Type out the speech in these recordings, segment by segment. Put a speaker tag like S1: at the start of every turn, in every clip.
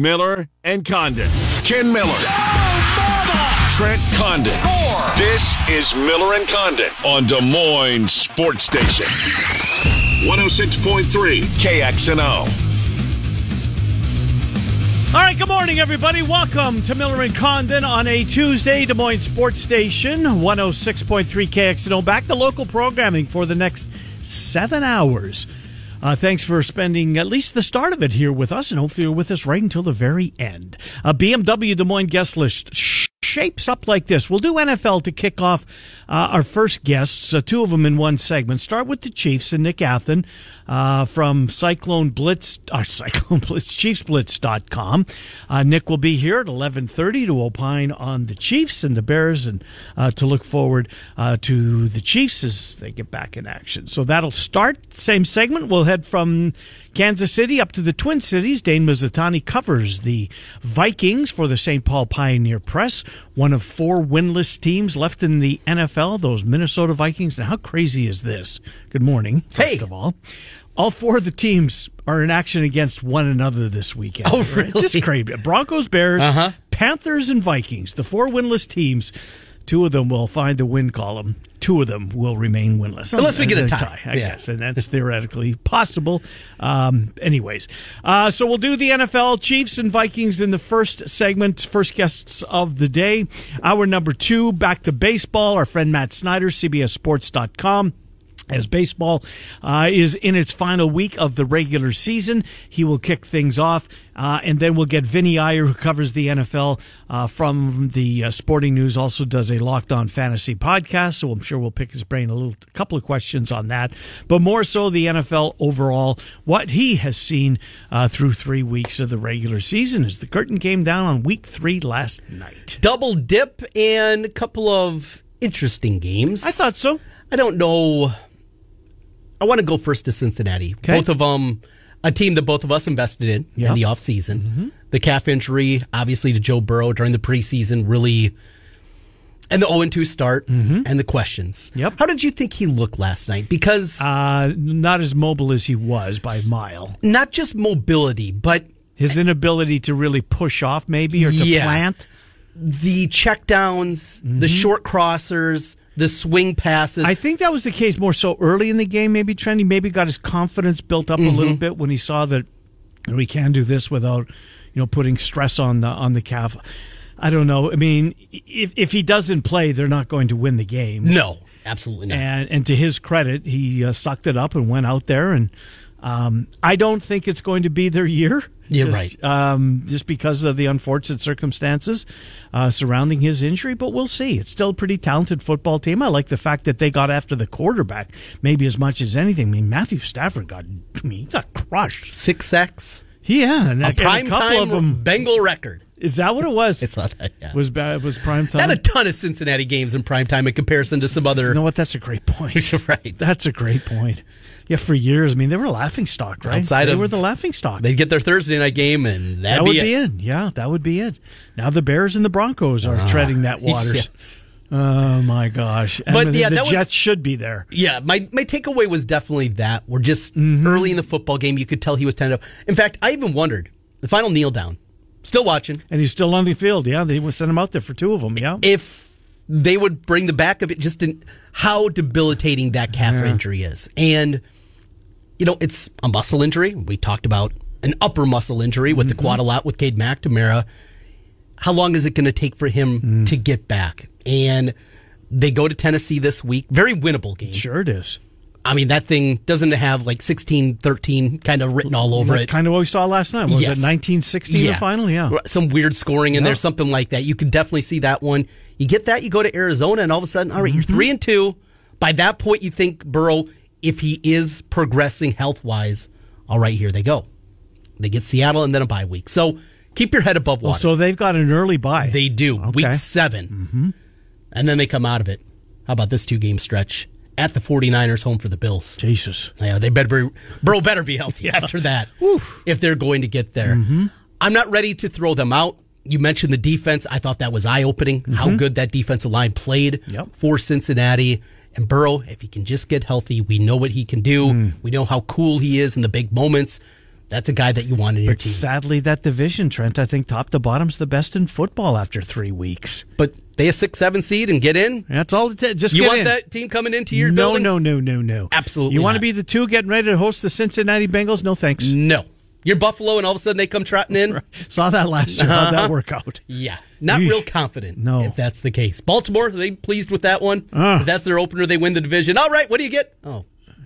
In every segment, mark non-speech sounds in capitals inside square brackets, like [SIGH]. S1: Miller and Condon.
S2: Ken Miller. Trent Condon. This is Miller and Condon on Des Moines Sports Station. 106.3 KXNO.
S3: All right, good morning, everybody. Welcome to Miller and Condon on a Tuesday, Des Moines Sports Station, 106.3 KXNO. Back to local programming for the next seven hours. Uh, thanks for spending at least the start of it here with us, and hopefully you're with us right until the very end. A BMW Des Moines guest list sh- shapes up like this. We'll do NFL to kick off uh, our first guests, uh, two of them in one segment. Start with the Chiefs and Nick Athen uh, from Cyclone Blitz, or [LAUGHS] Cyclone Blitz, ChiefsBlitz.com. Uh, Nick will be here at 11.30 to opine on the Chiefs and the Bears and uh, to look forward uh, to the Chiefs as they get back in action. So that'll start. Same segment. We'll head from Kansas City up to the Twin Cities. Dane Mazzatani covers the Vikings for the St. Paul Pioneer Press, one of four winless teams left in the NFL, those Minnesota Vikings. Now, how crazy is this? Good morning, first of all. All four of the teams are in action against one another this weekend.
S4: Oh, really? Uh-huh.
S3: Just crazy. Broncos, Bears, Panthers, and Vikings, the four winless teams. Two of them will find the win column. Two of them will remain winless.
S4: Unless we get a
S3: There's
S4: tie.
S3: I
S4: Yeah.
S3: guess, and that's theoretically possible. Um, anyways, uh, so we'll do the NFL Chiefs and Vikings in the first segment, first guests of the day. Hour number two, back to baseball. Our friend Matt Snyder, CBSSports.com. As baseball uh, is in its final week of the regular season, he will kick things off, uh, and then we'll get Vinny Iyer, who covers the NFL uh, from the uh, Sporting News, also does a Locked On Fantasy podcast. So I'm sure we'll pick his brain a little, a couple of questions on that, but more so the NFL overall, what he has seen uh, through three weeks of the regular season, as the curtain came down on Week Three last night.
S4: Double dip and a couple of interesting games.
S3: I thought so.
S4: I don't know. I want to go first to Cincinnati.
S3: Okay.
S4: Both of them, a team that both of us invested in
S3: Yeah. Mm-hmm.
S4: in the offseason. The calf injury, obviously, to Joe Burrow during the preseason, really. And the 0 2 start and the questions.
S3: Mm-hmm. Yep.
S4: How did you think he looked last night? Because
S3: Uh, not as mobile as he was by a mile.
S4: not just mobility, but
S3: His inability to really push off, maybe, or to
S4: Yeah.
S3: plant.
S4: the checkdowns, the short crossers, the swing passes.
S3: Mm-hmm. I think that was the case more so early in the game, maybe Trent. He maybe got his confidence built up a little bit when he saw that you know, we can do this without, you know, putting stress on the on the calf. I don't know. I mean, if if he doesn't play, they're not going to win the game.
S4: no, absolutely not.
S3: And and to his credit, he uh, sucked it up and went out there. And um, I don't think it's going to be their year.
S4: Yeah,
S3: just,
S4: right.
S3: Um, just because of the unfortunate circumstances uh, surrounding his injury, but we'll see. It's still a pretty talented football team. I like the fact that they got after the quarterback, maybe as much as anything. I mean, Matthew Stafford got, I mean, he got crushed.
S4: Six sacks,
S3: Yeah, and
S4: a
S3: and
S4: prime
S3: couple
S4: time
S3: of them.
S4: Bengal record.
S3: Is that what it was?
S4: It's not that. Yeah.
S3: was ba- was prime time.
S4: not a ton of Cincinnati games in prime time in comparison to some other.
S3: You know what? That's a great point.
S4: [LAUGHS] Right.
S3: That's a great point. Yeah, for years, I mean, they were a laughing stock, right?
S4: Outside
S3: they
S4: of-
S3: were the laughing stock.
S4: They'd get their Thursday night game, and that'd
S3: that would
S4: [LAUGHS]
S3: be
S4: it. Ah.
S3: it. Yeah, that would be it. Now the Bears and the Broncos are
S4: [LAUGHS]
S3: treading that waters.
S4: Yes.
S3: Oh my gosh! And
S4: But,
S3: the,
S4: yeah,
S3: the
S4: that was-
S3: Jets should be there.
S4: Yeah, my, my takeaway was definitely that. We're just
S3: Mm-hmm.
S4: early in the football game. You could tell he was 10 up. In fact, I even wondered the final kneel down, still watching,
S3: And he's still on the field. Yeah, they sent him out there for two of them. Yeah,
S4: if they would bring the back of it, just in how debilitating that calf injury is. And, you know, it's a muscle injury. We talked about an upper muscle injury with the quad a lot with Cade McNamara. How long is it going to take for him to get back? And they go to Tennessee this week. Very winnable game.
S3: sure it is.
S4: I mean, that thing doesn't have like 16, 13 kind of written all over
S3: Like
S4: it.
S3: kind of what we saw last night. What Was
S4: Yes.
S3: it 1960 the final? Yeah.
S4: Right, Some weird scoring in there, something like that. You could definitely see that one. You get that, you go to Arizona, and all of a sudden, all right,
S3: Mm-hmm.
S4: you're three and two. By that point, you think Burrow, if he is progressing health wise, all right, here they go. They get Seattle and then a bye week. So keep your head above water.
S3: Oh, So they've got an early bye.
S4: they do
S3: Okay. Mm-hmm.
S4: week 7 and then they come out of it. How about this two game stretch at the 49ers, home for the Bills?
S3: Jesus.
S4: Yeah, they better be, Burrow better be
S3: [LAUGHS]
S4: healthy after that if they're going to get there.
S3: Mm-hmm.
S4: I'm not ready to throw them out. You mentioned the defense. I thought that was eye opening how good that defensive line played
S3: Mm-hmm. Yep.
S4: for Cincinnati. And
S3: Mm.
S4: Burrow, if he can just get healthy, we know what he can do. We know how cool he is in the big moments. That's a guy that you want in your
S3: But
S4: team.
S3: sadly, that division, Trent, I think top to bottom's the best in football after three weeks.
S4: But they a six seven seed and get in.
S3: That's all. It ta- just
S4: You
S3: get
S4: want
S3: in.
S4: that team coming into your
S3: no,
S4: building?
S3: no, no, no, no.
S4: Absolutely
S3: You want to
S4: not. Mm.
S3: be the two getting ready to host the Cincinnati Bengals? No, thanks.
S4: no. You're Buffalo, and all of a sudden they come trotting in.
S3: Saw that last year.
S4: [LAUGHS]
S3: How'd that work out?
S4: Yeah, not
S3: Yeesh.
S4: real confident.
S3: No. Uh.
S4: if that's the case, Baltimore they pleased with that one.
S3: Ugh.
S4: If that's their opener. They win the division. All right, what do you get? Oh,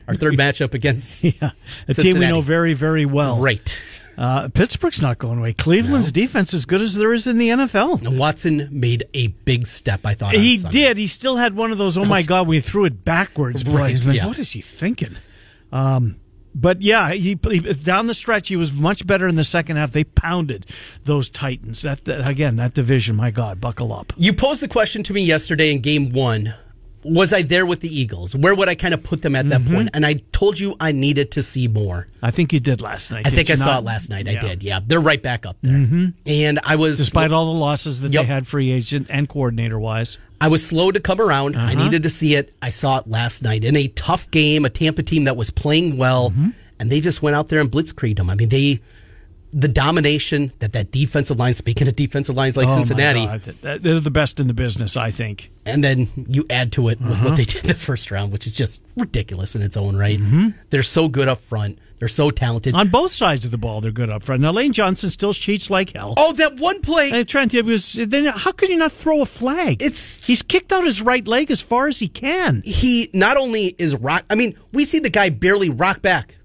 S4: our
S3: [LAUGHS]
S4: third matchup against
S3: Yeah, a team we
S4: Cincinnati.
S3: know very, very well.
S4: right.
S3: Uh, Pittsburgh's not going away. Cleveland's defense as good as there is in the NFL.
S4: And Watson made a big step. I thought on
S3: He
S4: Sunday.
S3: did. He still had one of those. Oh my God, we threw it backwards.
S4: Right,
S3: plays. Like,
S4: yeah.
S3: What is he thinking? Um, but yeah, he, he down the stretch. He was much better in the second half. They pounded those Titans. That, that again, that division. My God, buckle up.
S4: You posed the question to me yesterday in game one. Was I there with the Eagles? Where would I kind of put them at that
S3: Mm-hmm.
S4: point? And I told you I needed to see more.
S3: I think you did last night.
S4: I
S3: did
S4: think
S3: you
S4: I saw
S3: not?
S4: it last night.
S3: Yeah. Mm-hmm.
S4: I did. Yeah, they're right back up there. And I was
S3: Despite all the losses that
S4: Yep.
S3: they had free agent and coordinator wise.
S4: I was slow to come around. I
S3: Uh-huh.
S4: needed to see it. I saw it last night in a tough game, a Tampa team that was playing well,
S3: Mm-hmm.
S4: and they just went out there and blitzkrieged them. I mean, they the domination that that defensive line. Speaking of defensive lines like
S3: Oh, my
S4: Cincinnati,
S3: God. Th- They're the best in the business, I think.
S4: and then you add to it with
S3: Uh-huh.
S4: what they [LAUGHS] did in the first round, which is just ridiculous in its own right.
S3: Mm-hmm.
S4: They're so good up front. They're so talented.
S3: On both sides of the ball, they're good up front. Now, Lane Johnson still cheats like hell.
S4: oh, that one play.
S3: And Trent, it was then. How could you not throw a flag?
S4: It's-
S3: he's kicked out his right leg as far as he can.
S4: he not only is rock. I mean, we see the guy barely rock back.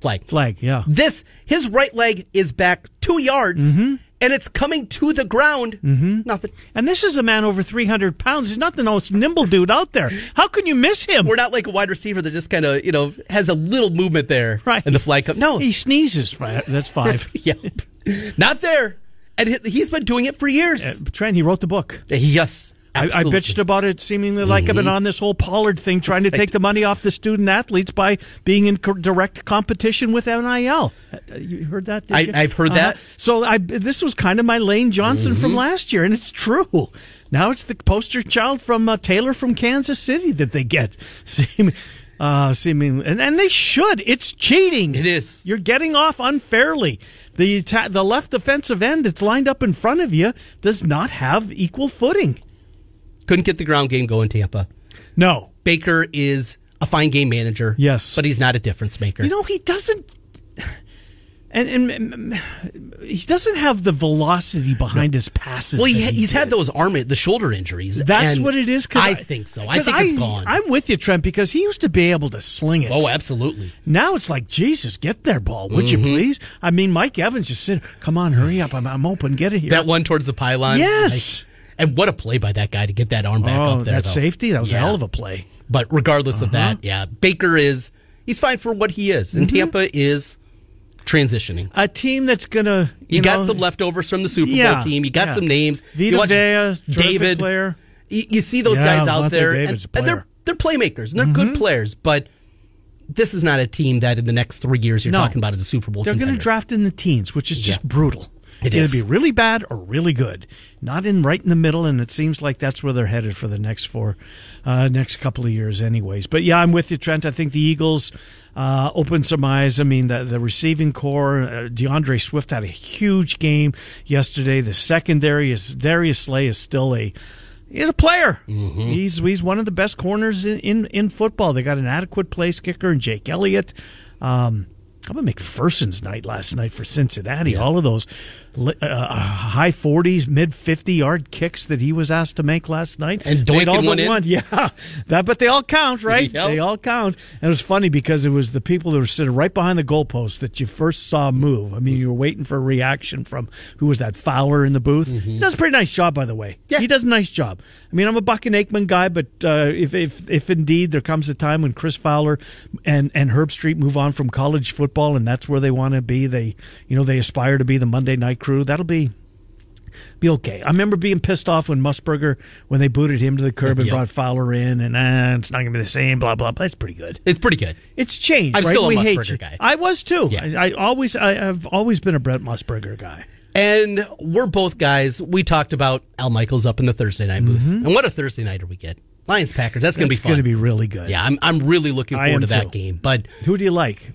S4: Flag.
S3: Flag, yeah.
S4: This his right leg is back two yards,
S3: Mm-hmm.
S4: and it's coming to the ground. Nothing.
S3: And this is a man over three hundred pounds. He's not the most nimble dude out there. How can you miss him?
S4: We're not like a wide receiver that just kind of you know has a little movement there,
S3: Right.
S4: And the flag comes. No, [LAUGHS]
S3: He sneezes. Fi- That's five.
S4: yeah, not there. And he- he's been doing it for years.
S3: Uh, Trent, he wrote the book.
S4: yes,
S3: I, I
S4: absolutely. Mm-hmm.
S3: bitched about it seemingly like I've been on this whole Pollard thing, trying to take the money off the student athletes by being in co- direct competition with NIL. Uh, You heard that? did
S4: I-
S3: you? Uh-huh.
S4: I've heard that. Mm-hmm.
S3: So I, this was kind of my Lane Johnson from last year, and it's true. Now it's the poster child from uh, Taylor from Kansas City that they get. [LAUGHS] Seem, uh, seemingly, and, and they should. It's cheating.
S4: It is.
S3: You're getting off unfairly. The atta- the left defensive end that's lined up in front of you does not have equal footing.
S4: Couldn't get the ground game going. Tampa.
S3: No.
S4: Baker is a fine game manager.
S3: Yes.
S4: but he's not a difference maker.
S3: You know, he doesn't. And, and, and he doesn't have the velocity behind his passes.
S4: well, he,
S3: that he
S4: he's had
S3: did.
S4: those arm, the shoulder injuries.
S3: That's
S4: and
S3: what it is. 'cause
S4: I, think so. I
S3: 'cause
S4: think it's gone.
S3: I'm with you, Trent, because he used to be able to sling it.
S4: oh, absolutely.
S3: Now it's like, Jesus, get there, ball, would
S4: Mm-hmm.
S3: you please? I mean, Mike Evans just said, come on, hurry up. I'm, I'm open. Get it here.
S4: That one towards the pylon.
S3: Yes.
S4: Like, and what a play by that guy to get that arm back
S3: oh,
S4: up there.
S3: that
S4: though.
S3: safety? Uh-huh. That was a
S4: Yeah.
S3: hell of a play.
S4: But regardless of that, yeah, Baker is he's fine for what he is,
S3: Mm-hmm.
S4: and Tampa is transitioning.
S3: A team that's going to.
S4: You, got some leftovers from the Super
S3: Yeah,
S4: Bowl team. You got
S3: yeah.
S4: some names.
S3: Vita
S4: you watch
S3: Vea, terrific
S4: David
S3: player.
S4: You, you see those
S3: Yeah,
S4: guys out
S3: Vontae
S4: there, and-
S3: David's a
S4: and,
S3: player. Mm-hmm.
S4: they're they're playmakers and they're good players. But this is not a team that in the next three years you're
S3: No.
S4: talking about as a Super Bowl.
S3: They're going to
S4: contender.
S3: draft in the teens, which is just
S4: Yeah.
S3: brutal.
S4: It
S3: It'll
S4: is.
S3: be really bad or really good, not in right in the middle. And it seems like that's where they're headed for the next four, uh, next couple of years, anyways. But yeah, I'm with you, Trent. I think the Eagles uh, open some eyes. I mean, the, the receiving core, uh, DeAndre Swift had a huge game yesterday. The secondary is Darius Slay is still a. He's a player.
S4: Mm-hmm.
S3: He's he's one of the best corners in, in, in football. They got an adequate place kicker and Jake Elliott. Um, how about McPherson's night last night for Cincinnati? All of those li- uh, uh, high 40s, mid 50 yard kicks that he was asked to make last night.
S4: And
S3: Made
S4: doinking
S3: all but
S4: one in.
S3: [LAUGHS] Yeah. That, but they all count, right?
S4: [LAUGHS] Yep.
S3: They all count. And it was funny because it was the people that were sitting right behind the goalpost that you first saw move. I mean, you were waiting for a reaction from who was that Fowler in the booth. He does a pretty nice job, by the way.
S4: Mm-hmm. Yeah.
S3: He does a nice job. I mean, I'm a Buck and Aikman guy, but uh, if, if if indeed there comes a time when Chris Fowler and, and Herb Street move on from college football and that's where they want to be, they you know they aspire to be the Monday night crew. That'll be be okay. I remember being pissed off when Musburger when they booted him to the curb and
S4: Yep.
S3: brought Fowler in, and ah, it's not going to be the same. Blah blah. blah. That's pretty good.
S4: It's pretty good.
S3: It's changed.
S4: I'm
S3: right?
S4: still a
S3: we hate
S4: Musburger
S3: you.
S4: guy.
S3: I was too.
S4: Yeah.
S3: I, I always I, have always been a Brett Musburger guy.
S4: And we're both guys. We talked about Al Michaels up in the Thursday night booth.
S3: Mm-hmm.
S4: And what a Thursday nighter we get. Lions Packers. That's going to be
S3: It's
S4: fun.
S3: going to be really good.
S4: yeah, I'm, I'm really looking
S3: I
S4: forward
S3: am
S4: to that
S3: too.
S4: game. But
S3: Who do you like?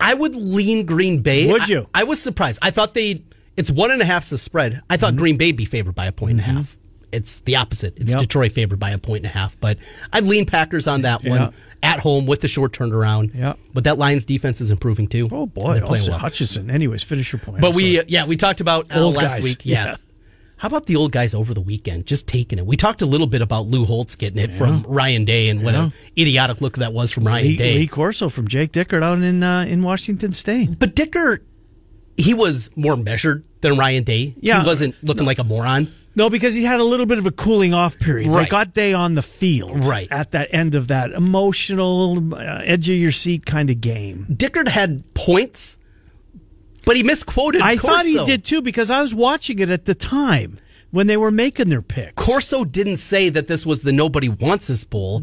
S4: I would lean Green Bay.
S3: Would
S4: I-
S3: you?
S4: I, was surprised. I thought they. It's one and a half's the spread. I
S3: Mm-hmm.
S4: thought Green Bay would be favored by a point and a half. It's the opposite. It's
S3: Yep.
S4: Detroit favored by a point and a half. But I'd lean Packers on that
S3: Yeah.
S4: one at home with the short turnaround.
S3: Yeah.
S4: But that Lions defense is improving too.
S3: Oh boy,
S4: they're playing
S3: also
S4: well.
S3: Hutchinson. Anyways, finish your point.
S4: But
S3: I'm
S4: we,
S3: sorry.
S4: uh, yeah, we talked about uh,
S3: Old
S4: last
S3: guys,
S4: week. Yeah.
S3: yeah.
S4: How about the old guys over the weekend, just taking it? We talked a little bit about Lou Holtz getting it from Ryan Day and what an idiotic look that was from Ryan
S3: Lee,
S4: Day.
S3: Lee Corso from Jake Dickard out in uh, in Washington State.
S4: But Dicker, he was more measured than Ryan Day.
S3: Yeah.
S4: He wasn't looking like a moron.
S3: No, because he had a little bit of a cooling off period. They
S4: Right.
S3: got Day on the field
S4: Right.
S3: at that end of that emotional, uh, edge of your seat kind of game.
S4: Dickard had points, but he misquoted
S3: I
S4: Corso.
S3: thought he did too because I was watching it at the time when they were making their picks.
S4: Corso didn't say that this was the Nobody Wants Us Bowl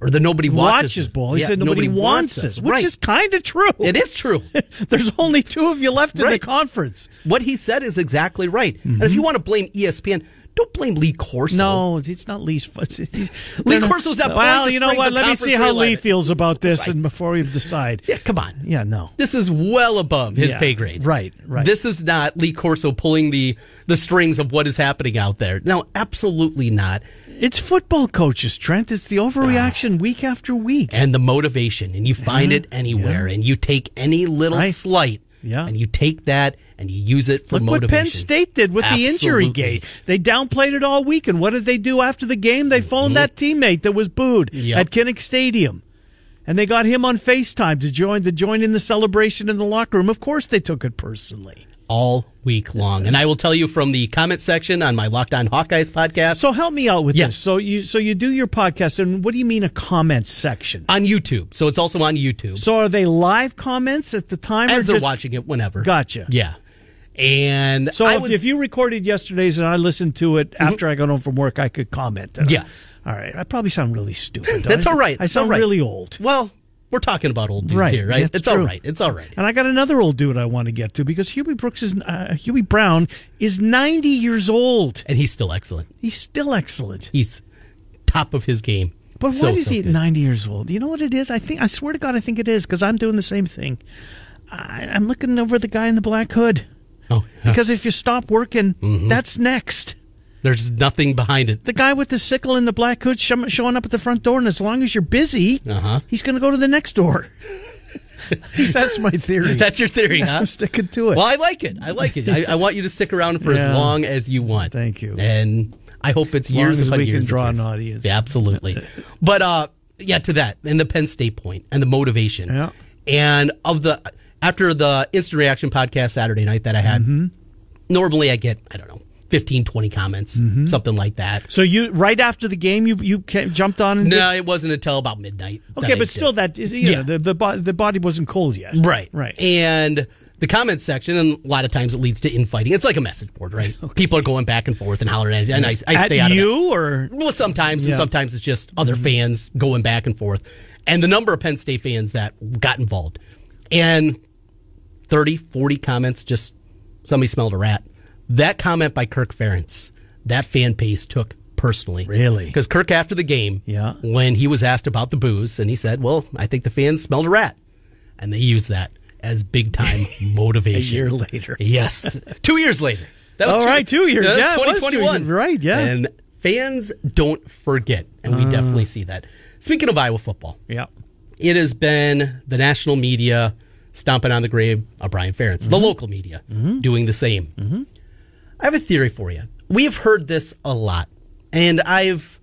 S4: or the Nobody Watches,
S3: watches
S4: Us-
S3: Bowl. He
S4: Yeah,
S3: said nobody, wants us, which
S4: right.
S3: is kind of true.
S4: It is true.
S3: [LAUGHS] There's only two of you left in the
S4: Right.
S3: conference.
S4: What he said is exactly right. And if you want to blame E ESPN, don't blame Lee Corso.
S3: Mm-hmm. No, it's not Lee's. It's, it's,
S4: Lee
S3: they're not-
S4: Corso's not playing
S3: Well,
S4: the
S3: you know
S4: Springs
S3: what?
S4: of
S3: Let me
S4: Conference
S3: see how Lee
S4: realignment.
S3: feels about this, and
S4: Right.
S3: before we decide.
S4: Yeah, come on.
S3: Yeah, no.
S4: This is well above his
S3: Yeah,
S4: pay grade.
S3: right, right.
S4: This is not Lee Corso pulling the, the strings of what is happening out there. No, absolutely not.
S3: It's football coaches, Trent. It's the
S4: Ah.
S3: overreaction week after week.
S4: And the motivation, and you find it anywhere, and you take any little
S3: Right.
S4: slight,
S3: Yeah.
S4: and you take that and you use it for
S3: Look
S4: motivation.
S3: what Penn State did with the injury
S4: Absolutely.
S3: gate. They downplayed it all week, and what did they do after the game? They phoned that teammate that was booed
S4: Yep.
S3: at Kinnick Stadium. And they got him on FaceTime to join to join in the celebration in the locker room. Of course they took it personally.
S4: all week long. And I will tell you from the comment section on my Locked On Hawkeyes podcast.
S3: So help me out with
S4: Yeah.
S3: this. So you so you do your podcast, and what do you mean a comment section?
S4: on YouTube. So it's also on YouTube.
S3: So are they live comments at the time? or
S4: as they're
S3: just-
S4: watching it whenever.
S3: Gotcha.
S4: Yeah. And
S3: So
S4: I
S3: if,
S4: would
S3: if
S4: s-
S3: you
S4: Mm-hmm.
S3: recorded yesterday's and I listened to it after I got home from work, I could comment. And I-
S4: Yeah.
S3: all right. I probably sound really stupid. don't
S4: [LAUGHS] That's
S3: I?
S4: all right.
S3: I
S4: That's
S3: sound
S4: all right.
S3: really old.
S4: well, we're talking about old dudes
S3: Right.
S4: here, right?
S3: That's
S4: it's
S3: true.
S4: all right. It's all right.
S3: And I got another old dude I want to get to because Huey Brooks is uh, Huey Brown is ninety years old.
S4: And he's still excellent.
S3: He's still excellent.
S4: He's top of his game.
S3: But
S4: So,
S3: why is
S4: so
S3: he at
S4: good.
S3: 90 years old? You know what it is? I think I swear to God, I think it is because I'm doing the same thing. I, I'm looking over the guy in the black hood
S4: Oh, [LAUGHS] yeah.
S3: because if you stop working,
S4: Mm-hmm.
S3: that's next.
S4: there's nothing behind it.
S3: The guy with the sickle and the black hood shum- showing up at the front door, and as long as you're busy,
S4: Uh-huh.
S3: he's going to go to the next door.
S4: [LAUGHS]
S3: At least that's my theory.
S4: That's your theory, huh?
S3: I'm sticking to it.
S4: Well, I like it. I like it. I, I want you to stick around for
S3: Yeah.
S4: as long as you want.
S3: Thank you.
S4: And I hope it's
S3: As long
S4: years
S3: as
S4: upon
S3: we can
S4: years of
S3: draw an
S4: years.
S3: audience.
S4: Yeah, absolutely.
S3: [LAUGHS]
S4: but uh, yeah, to that and the Penn State point and the motivation.
S3: Yeah.
S4: And of the after the instant reaction podcast Saturday night that I had,
S3: Mm-hmm.
S4: normally I get I don't know 15, 20 comments,
S3: Mm-hmm.
S4: something like that.
S3: so you right after the game, you you ca- jumped on. And did-
S4: No, it wasn't until about midnight. that
S3: okay,
S4: I
S3: but
S4: did.
S3: still, that is you
S4: Yeah.
S3: know, the the, bo- the body wasn't cold yet.
S4: Right.
S3: right.
S4: And the comments section, and a lot of times it leads to infighting. It's like a message board,
S3: [LAUGHS]
S4: right? People are going back and forth and hollering at it, and I, I
S3: At
S4: stay out of
S3: you or
S4: that. Well, sometimes,
S3: Yeah. Mm-hmm.
S4: and sometimes it's just other fans going back and forth. And the number of Penn State fans that got involved. And 30, 40 comments, just somebody smelled a rat. That comment by Kirk Ferentz, that fan base took personally.
S3: Really?
S4: Because Kirk, after the game,
S3: Yeah.
S4: when he was asked about the booze, and he said, "Well, I think the fans smelled a rat," and they used that as big
S3: [LAUGHS]
S4: time motivation.
S3: year later.
S4: yes, two years later. That was
S3: All
S4: two-
S3: right, two years.
S4: That was
S3: Yeah, it was two
S4: 2021.
S3: years. Right, yeah. Uh.
S4: And fans don't forget, and we definitely see that. Speaking of Iowa football,
S3: yeah.
S4: it has been the national media stomping on the grave of Brian Ferentz,
S3: Mm-hmm.
S4: the local media doing the same. I have a theory for you. We have heard this a lot, and I've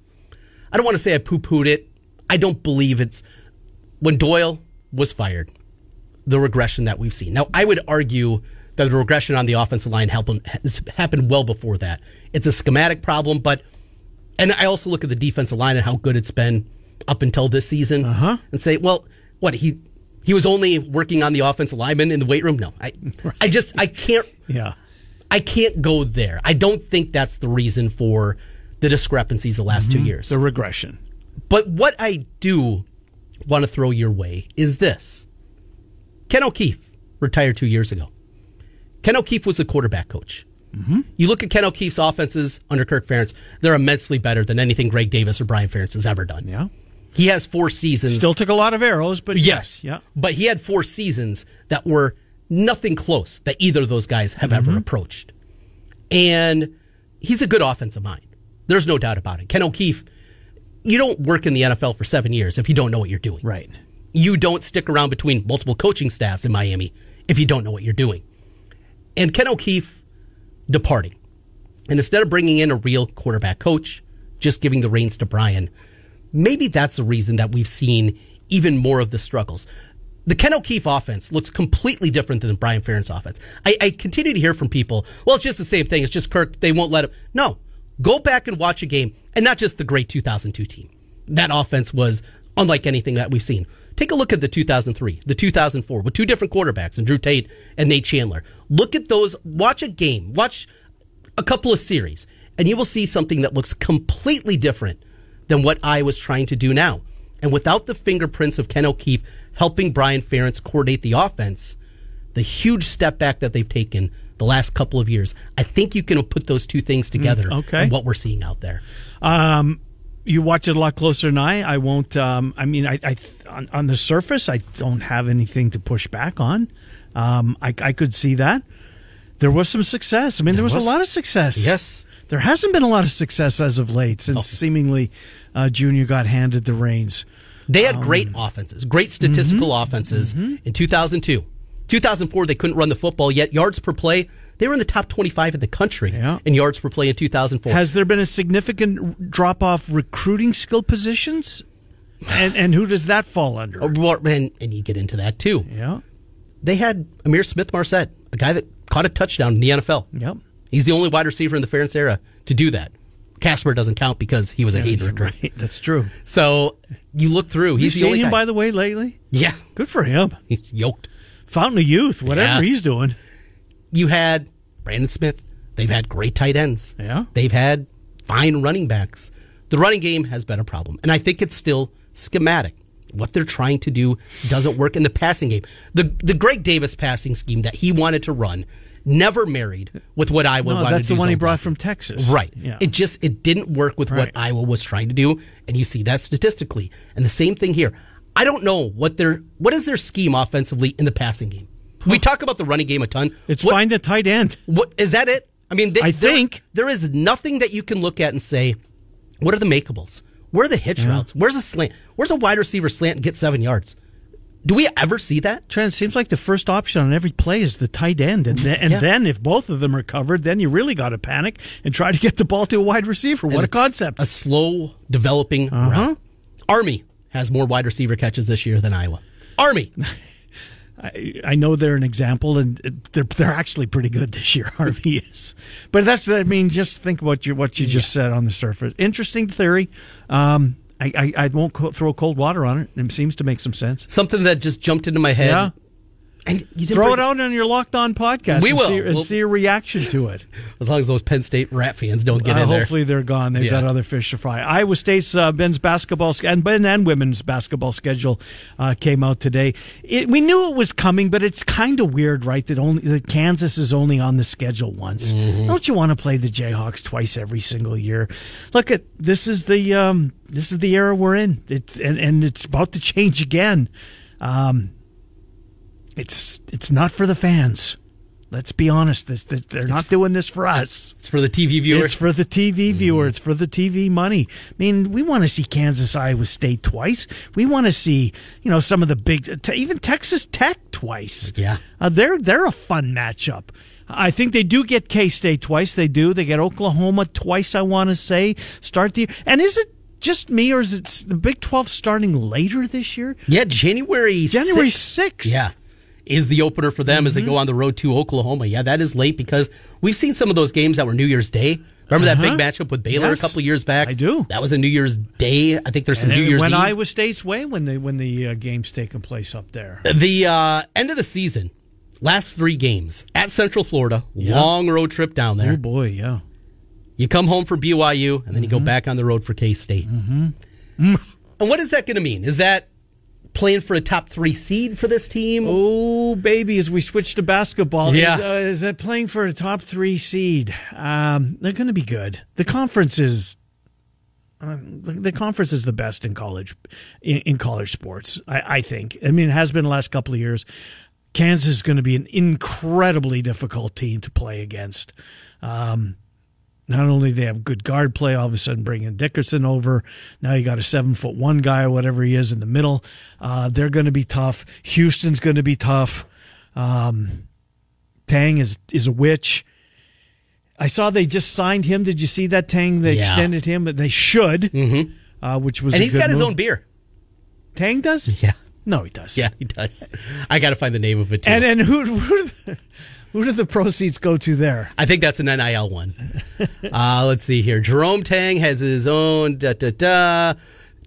S4: I don't want to say I poo pooed it. I don't believe it's when Doyle was fired, the regression that we've seen. Now, I would argue that the regression on the offensive line happened, has happened well before that. It's a schematic problem, but and I also look at the defensive line and how good it's been up until this season, and say, well, what he he was only working on the offensive lineman in the weight room. No, I I just I can't
S3: Yeah.
S4: I can't go there. I don't think that's the reason for the discrepancies the last two years.
S3: The regression.
S4: But what I do want to throw your way is this Ken O'Keefe retired two years ago. Ken O'Keefe was the quarterback coach.
S3: Mm-hmm.
S4: You look at Ken O'Keefe's offenses under Kirk Ferentz, they're immensely better than anything Greg Davis or Brian Ferentz has ever done.
S3: Yeah.
S4: He has four seasons.
S3: Still took a lot of arrows, but
S4: Yes.
S3: yes. Yeah.
S4: But he had four seasons that were nothing close that either of those guys have
S3: Mm-hmm.
S4: ever approached. And he's a good offensive mind. There's no doubt about it. Ken O'Keefe, you don't work in the NFL for seven years if you don't know what you're doing.
S3: Right.
S4: You don't stick around between multiple coaching staffs in Miami if you don't know what you're doing. And Ken O'Keefe departing. And instead of bringing in a real quarterback coach, just giving the reins to Brian, maybe that's the reason that we've seen even more of the struggles. The Ken O'Keefe offense looks completely different than Brian Ferentz offense. I, I continue to hear from people, well, it's just the same thing. It's just Kirk. They won't let him. No, go back and watch a game, and not just the great 2002 team. That offense was unlike anything that we've seen. Take a look at the 2003, the 2004, with two different quarterbacks, and Drew Tate and Nate Chandler. Look at those. Watch a game. Watch a couple of series, and you will see something that looks completely different than what I was trying to do now. And without the fingerprints of Ken O'Keefe helping Brian Ferentz coordinate the offense, the huge step back that they've taken the last couple of years, I think you can put those two things together
S3: Mm, okay.
S4: in what we're seeing out there.
S3: Um, you watch it a lot closer than I. I won't. Um, I mean, I, I on, on the surface, I don't have anything to push back on. Um, I, I could see that. There was some success. I mean, there, was,
S4: was.
S3: a lot of success.
S4: Yes. Oh.
S3: There hasn't been a lot of success as of late since seemingly uh, Junior got handed the reins.
S4: They
S3: Um,
S4: had great offenses,
S3: mm-hmm,
S4: great statistical offenses in 2002. 2004, they couldn't run the football, yet yards per play, they were in the top 25 in the country
S3: Yeah.
S4: in yards per play in 2004.
S3: Has there been a significant drop off recruiting skill positions? And and who does that fall under?
S4: Well, and, and you get into that too.
S3: Yeah.
S4: They had Amir Smith Marset, a guy that caught a touchdown in the NFL.
S3: Yep.
S4: He's the only wide receiver in the Ferentz era to do that. Casper doesn't count because he was a hater.
S3: Right. That's true.
S4: So you look through.
S3: You
S4: He's the
S3: seen
S4: only
S3: him,
S4: guy.
S3: by the way, lately?
S4: yeah, [LAUGHS]
S3: Good for him.
S4: he's yoked.
S3: Fountain of Youth, whatever
S4: Yes.
S3: he's doing.
S4: You had Brandon Smith. They've had great tight ends.
S3: Yeah.
S4: They've had fine running backs. The running game has been a problem, and I think it's still schematic. What they're trying to do doesn't work in the passing game. The the Greg Davis passing scheme that he wanted to run never married with what I would
S3: No,
S4: want
S3: that's
S4: to do.
S3: the one he
S4: zone
S3: brought
S4: blocking.
S3: from Texas.
S4: Right.
S3: Yeah.
S4: It just it didn't work with
S3: Right.
S4: what Iowa was trying to do, and you see that statistically. And the same thing here. I don't know what their what is their scheme offensively in the passing game. We talk about the running game a ton.
S3: it's
S4: what,
S3: find the tight end.
S4: What is that? It. I mean, they,
S3: I
S4: there-
S3: think-
S4: there is nothing that you can look at and say, what are the makeables? Where are the hitch routes? Where's a slant? Where's a wide receiver slant and get seven yards? Do we ever see that?
S3: Trent, it seems like the first option on every play is the tight end. And, then, and
S4: Yeah.
S3: then if both of them are covered, then you really got to panic and try to get the ball to a wide receiver. What
S4: And
S3: a
S4: it's
S3: concept. Uh-huh.
S4: A slow developing route. Army has more wide receiver catches this year than Iowa.
S3: [LAUGHS]
S4: Army.
S3: I, I know they're an example, and uh, they're they're actually pretty good this year. [LAUGHS] Army is, but that's I mean, just think what you what you just said on the surface. Interesting theory. Um, I, I I won't co- throw cold water on it. It seems to make some sense.
S4: Something that just jumped into my head.
S3: Yeah.
S4: And you didn't
S3: Throw it
S4: bring-
S3: out on your Locked On podcast.
S4: We
S3: and
S4: will.
S3: see, and
S4: We'll-
S3: see your reaction to it.
S4: As long as those Penn State rat fans don't get
S3: Uh,
S4: in there.
S3: hopefully they're gone. They've
S4: Yeah.
S3: got other fish to fry. Iowa State's uh, men's basketball sch- and men and women's basketball schedule uh, came out today. It, we knew it was coming, but it's kind of weird, right? That only that Kansas is only on the schedule once.
S4: Mm-hmm.
S3: Don't you want to play the Jayhawks twice every single year? Look at this is the um, this is the era we're in. It's and, and it's about to [LAUGHS] change again. Um, it's it's not for the fans. Let's be honest. This, this, they're not doing this for us.
S4: It's for the TV viewers.
S3: It's for the TV viewer. It's for the TV money. I mean, we want to see Kansas, Iowa State twice. We want to see, you know, some of the big, te- even Texas Tech twice.
S4: Yeah.
S3: Uh, they're they're a fun matchup. I think they do get K State twice. They do. They get Oklahoma twice. I want to say start the and is it just me or is it s- the Big Twelve starting later this year?
S4: yeah, January
S3: January
S4: 6th.
S3: sixth. Mm-hmm.
S4: Yeah. Is the opener for them as they go on the road to Oklahoma. Yeah, that is late because we've seen some of those games that were New Year's Day. Remember that
S3: Uh-huh.
S4: big matchup with Baylor
S3: Yes.
S4: a couple years back?
S3: I do.
S4: That was a New Year's Day. I think there's some
S3: And
S4: New
S3: it
S4: Year's
S3: went
S4: Eve.
S3: Iowa State's way when the when the uh, game's taking place up there.
S4: the uh, end of the season, last three games at Central Florida, long road trip down
S3: Oh
S4: there.
S3: boy, yeah.
S4: You come home for BYU, and then
S3: Mm-hmm.
S4: you go back on the road for K State. And what is that going to mean? Is that playing for a top three seed for this team?
S3: Oh, baby, as we switch to basketball,
S4: Yeah.
S3: is, uh, is that playing for a top three seed? Um, they're going to be good. The conference is um, the, the conference is the best in college in, in college sports. I, I think. I mean, it has been the last couple of years. Kansas is going to be an incredibly difficult team to play against. Um, not only they have good guard play, all of a sudden bringing Dickerson over. Now you got a seven foot one guy or whatever he is in the middle. Uh, they're going to be tough. Houston's going to be tough. Um, Tang is is a witch. I saw they just signed him. Did you see that Tang? They
S4: Yeah. Mm-hmm.
S3: extended him, but they should, uh, which was
S4: and
S3: a
S4: he's
S3: good
S4: got his
S3: move.
S4: own beer. [LAUGHS]
S3: Tang does?
S4: Yeah,
S3: No, he does.
S4: yeah, he does. I got to find the name of it too.
S3: And and who [LAUGHS] who do the, who do the proceeds go to there?
S4: I think that's an NIL
S3: [LAUGHS]
S4: one. uh, let's see here. Jerome Tang has his own da da da.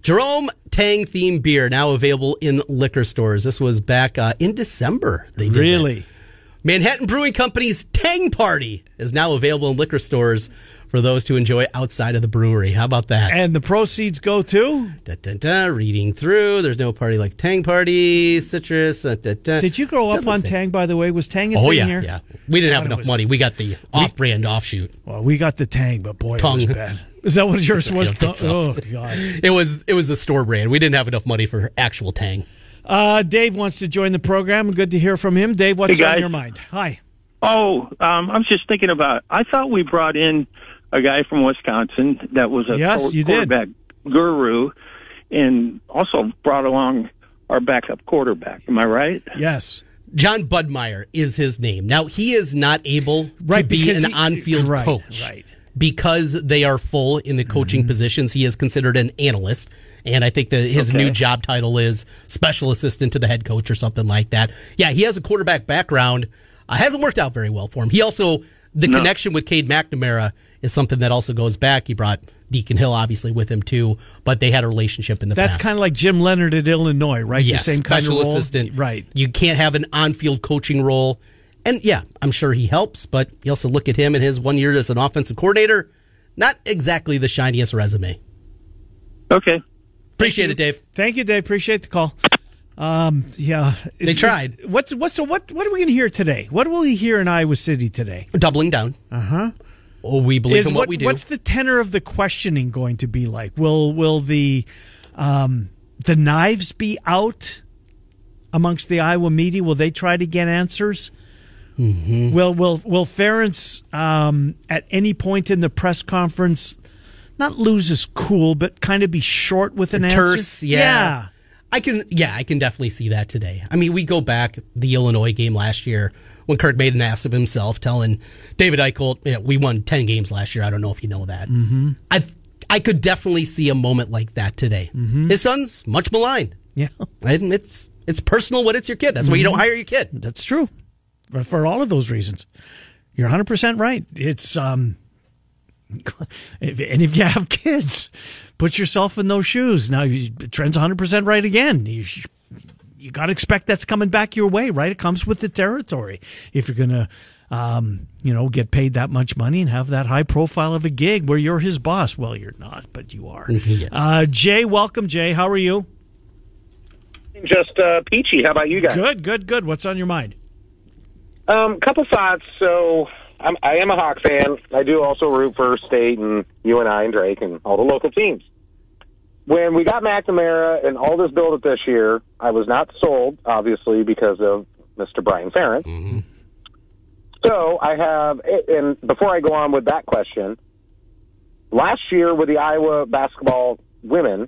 S4: Jerome Tang themed beer now available in liquor stores. This was back uh, in December. They did that.
S3: Really?
S4: Manhattan Brewing Company's Tang Party is now available in liquor stores for those to enjoy outside of the brewery. How about that?
S3: And the proceeds go to?
S4: Da, da, da, reading through. There's no party like Tang Party, citrus. Da, da, da.
S3: [LAUGHS] Did you grow up
S4: Doesn't
S3: on
S4: say.
S3: Tang? By the way, was Tang a
S4: Oh
S3: thing
S4: yeah,
S3: here?
S4: yeah. We didn't have
S3: Thought it
S4: enough
S3: was-
S4: money. We got the off-brand offshoot.
S3: Well, we got the Tang, but boy, it was
S4: Tongue.
S3: bad. Is that what
S4: [LAUGHS]
S3: yours was?
S4: don't think so.
S3: Oh god.
S4: It was it was the store brand. We didn't have enough money for actual Tang.
S3: Uh, Dave wants to join the program. Good to hear from him. Dave, what's
S1: Hey,
S3: on
S1: guys.
S3: your mind? Hi.
S1: Oh, um, I was just thinking about. I thought we brought in a guy from Wisconsin that was a
S3: Yes,
S1: quar-
S3: you did.
S1: quarterback guru, and also brought along our backup quarterback. Am I right?
S3: Yes.
S4: John Budmeyer is his name. Now he is not able
S3: Right,
S4: to be
S3: because
S4: an
S3: he-
S4: on-field
S3: right,
S4: coach
S3: right. Mm-hmm.
S4: because they are full in the coaching positions. He is considered an analyst, and I think that his new job title is special assistant to the head coach or something like that. Yeah, he has a quarterback background. Uh, hasn't worked out very well for him. He also the connection with Cade McNamara is something that also goes back. He brought Deacon Hill obviously with him too, but they had a relationship in the
S3: That's
S4: past.
S3: kind of like Jim Leonard at Illinois, right?
S4: Yes,
S3: the same kind
S4: special
S3: of role.
S4: assistant.
S3: Right.
S4: You can't have an on-field coaching role. And yeah, I'm sure he helps, but you also look at him in his one year as an offensive coordinator. Not exactly the shiniest resume.
S1: Okay.
S4: Appreciate it, Dave.
S3: Thank you, Dave. Appreciate the call. Um, yeah, It's-
S4: tried.
S3: it's- What's what? So what? What are we going to hear today? What will we hear in Iowa City today?
S4: Doubling down. Uh huh. Oh, we believe in what, we do.
S3: Uh-huh. What's the tenor of the questioning going to be like? Will will the um, the knives be out amongst the Iowa media? Will they try to get answers?
S4: Mm-hmm.
S3: Will will will Ference, um at any point in the press conference not lose his cool, but kind of be short with an
S4: terse?
S3: answer?
S4: Yeah. I can. Yeah, I can definitely see that today. I mean, we go back the Illinois game last year when Kirk made an ass of himself, telling David Eicholt, you know, "We won ten games last year. I don't know if you know that." Mm-hmm. I I could definitely see a moment like that today. His son's much maligned.
S3: yeah, yeah.
S4: And it's it's personal when it's your kid. That's why you don't hire your
S3: [LAUGHS]
S4: kid.
S3: That's true. For, for all of those reasons. You're 100% right. It's um [LAUGHS] if, and if you have kids, put yourself in those shoes. Now you, Trent's 100% right again. You sh- you got to expect that's coming back your way, right? It comes with the territory. If you're going to um, you know, get paid that much money and have that high profile of a gig where you're his boss. Well, you're not, but you are.
S4: Yes.
S3: Uh, Jay, welcome, Jay. How are you?
S5: Just uh, peachy. How about you guys?
S3: Good, good, good. What's on your mind?
S5: Um, couple thoughts. So I'm, I am a Hawk fan. I do also root for State and you and I and Drake and all the local teams. When we got McNamara and all this build up this year, I was not sold, obviously, because of Mr. Brian Ferentz. So I have, and before I go on with that question, last year with the Iowa basketball women,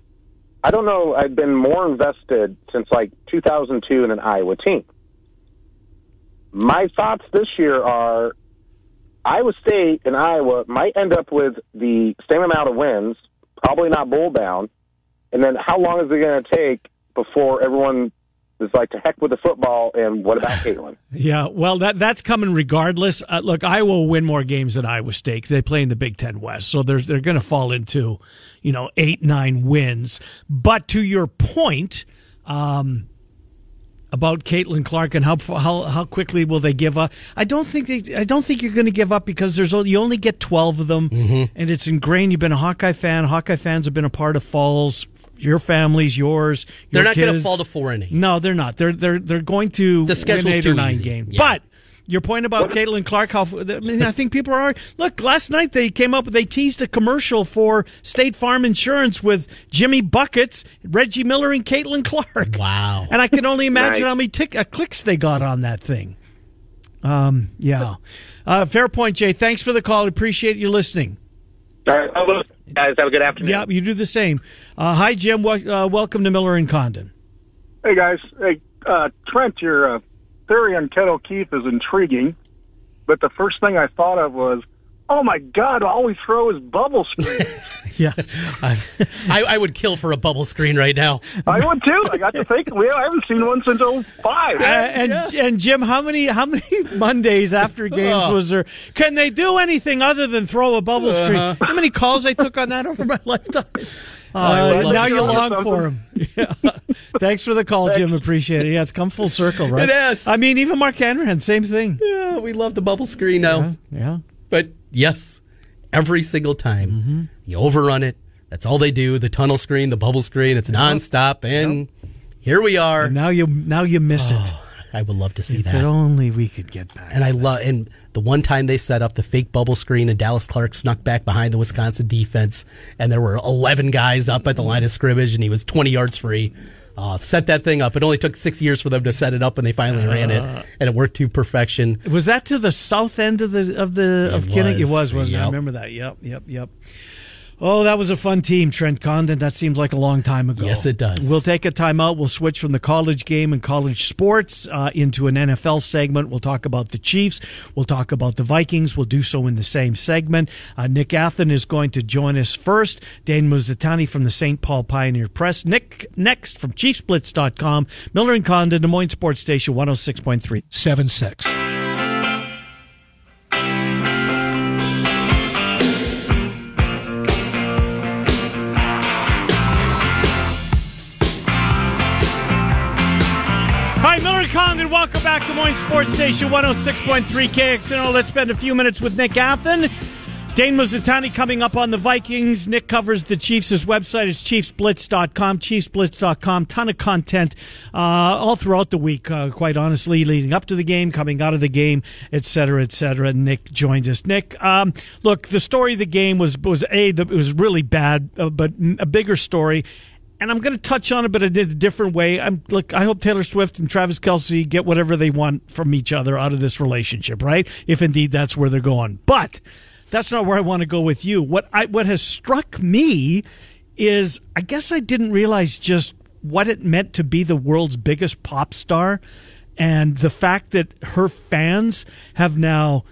S5: I don't know, I've been more invested since like 2002 in an Iowa team. My thoughts this year are Iowa State and Iowa might end up with the same amount of wins, probably not bowl bound. And then how long is it going to take before everyone is like, to heck with the football
S3: [LAUGHS]
S5: and what about Caitlin?
S3: Yeah, well, that that's coming regardless. Uh, look, Iowa will win more games than Iowa State. 'cause They play in the Big Ten West, so they're they're going to fall into, you know, eight nine wins. But to your point um, about Caitlin Clark and how, how how quickly will they give up? I don't think they, I don't think you're going to give up because there's only, you only get twelve of them,
S4: Mm-hmm.
S3: and it's ingrained. You've been a Hawkeye fan. Hawkeye fans have been a part of Falls. Your family's yours.
S4: They're
S3: your
S4: not going to
S3: kids.
S4: fall to four and eight.
S3: No, they're not. They're they're they're going to
S4: The schedule's
S3: win eight
S4: too
S3: or nine
S4: easy.
S3: games.
S4: Yeah.
S3: But Your point about Caitlin Clark, how I, mean, I think people are look. Last night they came up, they teased a commercial for State Farm Insurance with Jimmy Buckets, Reggie Miller, and Caitlin Clark.
S4: Wow.
S3: And I can
S5: [LAUGHS]
S3: only imagine
S5: Right.
S3: how many tick, uh, clicks they got on that thing. Um, yeah, uh, fair point, Jay. Thanks for the call. Appreciate you listening.
S5: All right, I'll listen. guys, have a good afternoon.
S3: Yeah, you do the same. Uh, hi, Jim. Wel- uh, welcome to Miller and Condon.
S6: Hey guys, hey uh, Trent, your uh, theory on Kettle Keith is intriguing, but the first thing I thought of was, oh my God, all we throw is bubble screen.
S3: Yeah. [LAUGHS]
S4: I, I would kill for a bubble screen right now.
S6: I would too. I got to think. Well, I haven't seen one since '05.
S3: Uh, and and Jim, how many how many [LAUGHS] Mondays after
S4: Uh.
S3: games was there? Can they do anything other than throw a bubble screen? How many calls I took on that [LAUGHS] over my lifetime?
S4: Uh-huh. Oh, I would
S3: Uh,
S4: love
S3: now
S4: to
S3: you
S6: see
S3: long
S6: something.
S3: for him. [LAUGHS] Yeah. Thanks for the call, Jim. Appreciate it. Yeah, it's come full circle, right?
S4: It has.
S3: I mean, even Mark Hanrahan, same thing.
S4: Yeah, we love the bubble screen now.
S3: Yeah.
S4: But yes, every single time you overrun it. That's all they do. The tunnel screen, the bubble screen. It's nonstop, and here we are.
S3: Now you now you miss it.
S4: I would love to Oh, see
S3: If
S4: that.
S3: only we could get back.
S4: And I love and the one time they set up the fake bubble screen and Dallas Clark snuck back behind the Wisconsin defense and there were 11 guys up at the line of scrimmage and he was 20 yards free. Uh, set that thing up. It only took six years for them to set it up, and they finally ran it, and it worked to perfection.
S3: Was that to the south end of the of the of
S4: It
S3: Kinnick? It
S4: was,
S3: was, wasn't it? I
S4: yep.
S3: remember that. Yep, yep, yep. Oh, that was a fun team, Trent Condon. That seems like a long time ago.
S4: Yes, it does.
S3: We'll take a timeout. We'll switch from the college game and college sports uh, into an NFL segment. We'll talk about the Chiefs. We'll talk about the Vikings. We'll do so in the same segment. Uh, Nick Athen is going to join us first. Dane Muzzatani from the St. Paul Pioneer Press. Nick next from ChiefsBlitz.com. Miller and Condon, Des Moines Sports Station 106.3.
S7: 7 6.
S3: Hi, Miller Condon. Welcome back to Des Moines Sports Station 106.3 KXNO. Let's spend a few minutes with Nick Athen. Dane Mazzutani coming up on the Vikings. Nick covers the Chiefs. His website is chiefsblitz.com, chiefsblitz.com. Ton of content uh, all throughout the week, uh, quite honestly, leading up to the game, coming out of the game, et cetera, et cetera. Nick joins us. Nick, um, look, the story of the game was, was A, that it was really bad, uh, but a bigger story and I'm going to touch on it, but I did a different way. I'm look. I hope Taylor Swift and Travis Kelsey get whatever they want from each other out of this relationship, right? If indeed that's where they're going, but that's not where I want to go with you. What I what has struck me is, I guess I didn't realize just what it meant to be the world's biggest pop star, and the fact that her fans have now.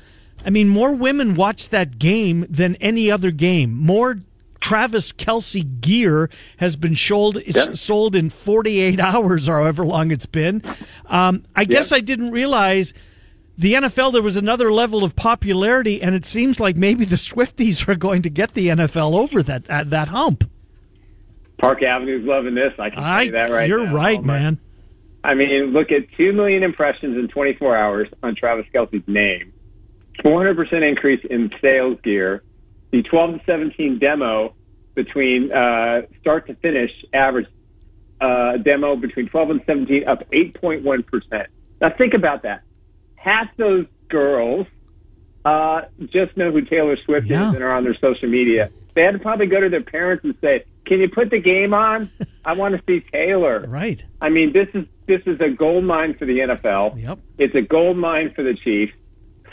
S3: I mean, more women watch that game than any other game. More Travis Kelsey gear has been sold it's sold in 48 [LAUGHS] hours, or however long it's been. Um, I guess I didn't realize the NFL there was another level of popularity, and it seems like maybe the Swifties are going to get the NFL over that uh, that hump.
S8: Park Avenue's loving this. I can tell
S3: I,
S8: you that right
S3: you're
S8: now.
S3: right,
S8: Oh, my-
S3: man.
S8: I mean, look at 2 million impressions in 24 hours on Travis Kelsey's name, 400% increase in sales gear, the 12 to 17 demo between uh, start to finish average uh, demo between 12 and 17 up 8.1%. Now, think about that. Half those girls uh, just know who Taylor Swift
S3: Yeah.
S8: is and are on their social media. They had to probably go to their parents and say, "Can you put the game on? I want to see Taylor."
S3: [LAUGHS] Right.
S8: I mean, this is this is a gold mine for the NFL.
S3: Yep.
S8: It's a gold mine for the Chiefs.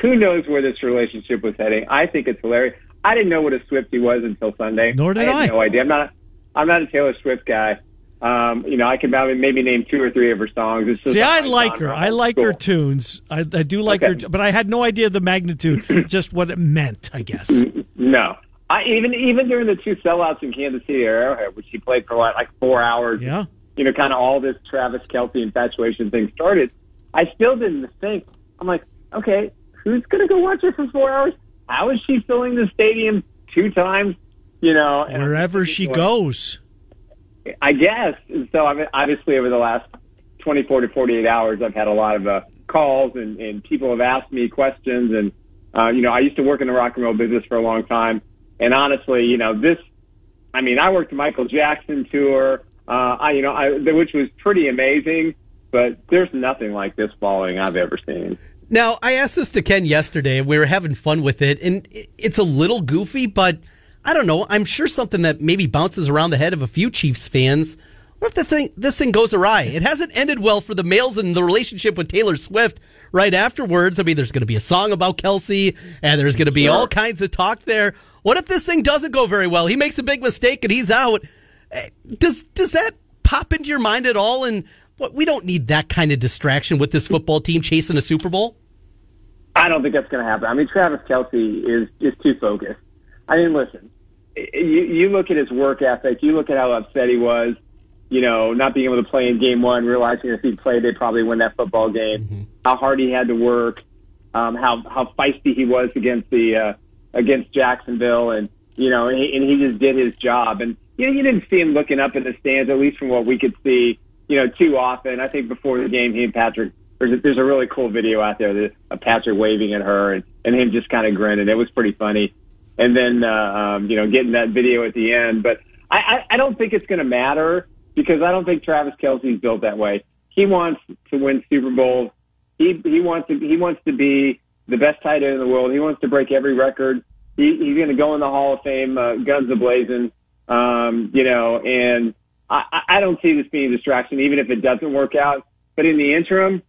S8: Who knows where this relationship was heading? I think it's hilarious. I didn't know what a Swifty was until Sunday.
S3: Nor did
S8: I.
S3: I.
S8: Had no idea. I'm not. I'm not a Taylor Swift guy. Um, you know, I can probably maybe name two or three of her songs. It's just
S3: See, I
S8: my
S3: like her.
S8: genre.
S3: I like her
S8: Cool.
S3: tunes. I, I do like
S8: Okay.
S3: her, t- but I had no idea the
S8: [CLEARS THROAT]
S3: magnitude, just what it meant. I guess.
S8: No. I even even during the two sellouts in Kansas City or Arrowhead, which she played for what, like four hours.
S3: Yeah.
S8: You know, kind of all this Travis Kelsey infatuation thing started. I still didn't think. I'm like, okay, who's going to go watch her for four hours? How is she filling the stadium two times? You know, and I'm
S3: Wherever
S8: thinking,
S3: she
S8: well,
S3: goes.
S8: I guess. And so, I mean, obviously, over the last 24 to 48 hours, I've had a lot of uh, calls and, and people have asked me questions. And, uh, you know, I used to work in the rock and roll business for a long time. And honestly, you know, this, I mean, I worked the Michael Jackson tour, uh, I, you know, I, which was pretty amazing, but there's nothing like this following I've ever seen.
S4: Now, I asked this to Ken yesterday, and we were having fun with it, and i- it's a little goofy, but I don't know. I'm sure something that maybe bounces around the head of a few Chiefs fans. What if the thing, this thing goes awry? It hasn't ended well for the males and the relationship with Taylor Swift right afterwards. I mean, there's going to be a song about Kelsey, and there's going to be all kinds of talk there. What if this thing doesn't go very well? He makes a big mistake and he's out. Eh, Does does that pop into your mind at all? And what, we don't need that kind of distraction with this football team chasing a Super Bowl.
S8: I don't think that's going to happen. I mean, Travis Kelsey is is too focused. I mean, listen, y- you you look at his work ethic, you look at how upset he was, you know, not being able to play in game one, realizing if he played, they'd probably win that football game. How hard he had to work, um, how how feisty he was against the uh, against Jacksonville, and you know, and he, and he just did his job. And you know, you didn't see him looking up in the stands, at least from what we could see, you know, too often. I think before the game, he and Patrick there's a, there's a really cool video out there that, of Patrick waving at her and, and him just kind of grinning. It was pretty funny. And then, uh, um, you know, getting that video at the end. But I, I, I don't think it's going to matter because I don't think Travis Kelsey's built that way. He wants to win Super Bowls. He, he wants to, he wants to be the best tight end in the world. He wants to break every record. He, he's going to go in the Hall of Fame, uh, guns ablazing. Um, you know, and I, I- I don't see this being a distraction, even if it doesn't work out. But in the interim,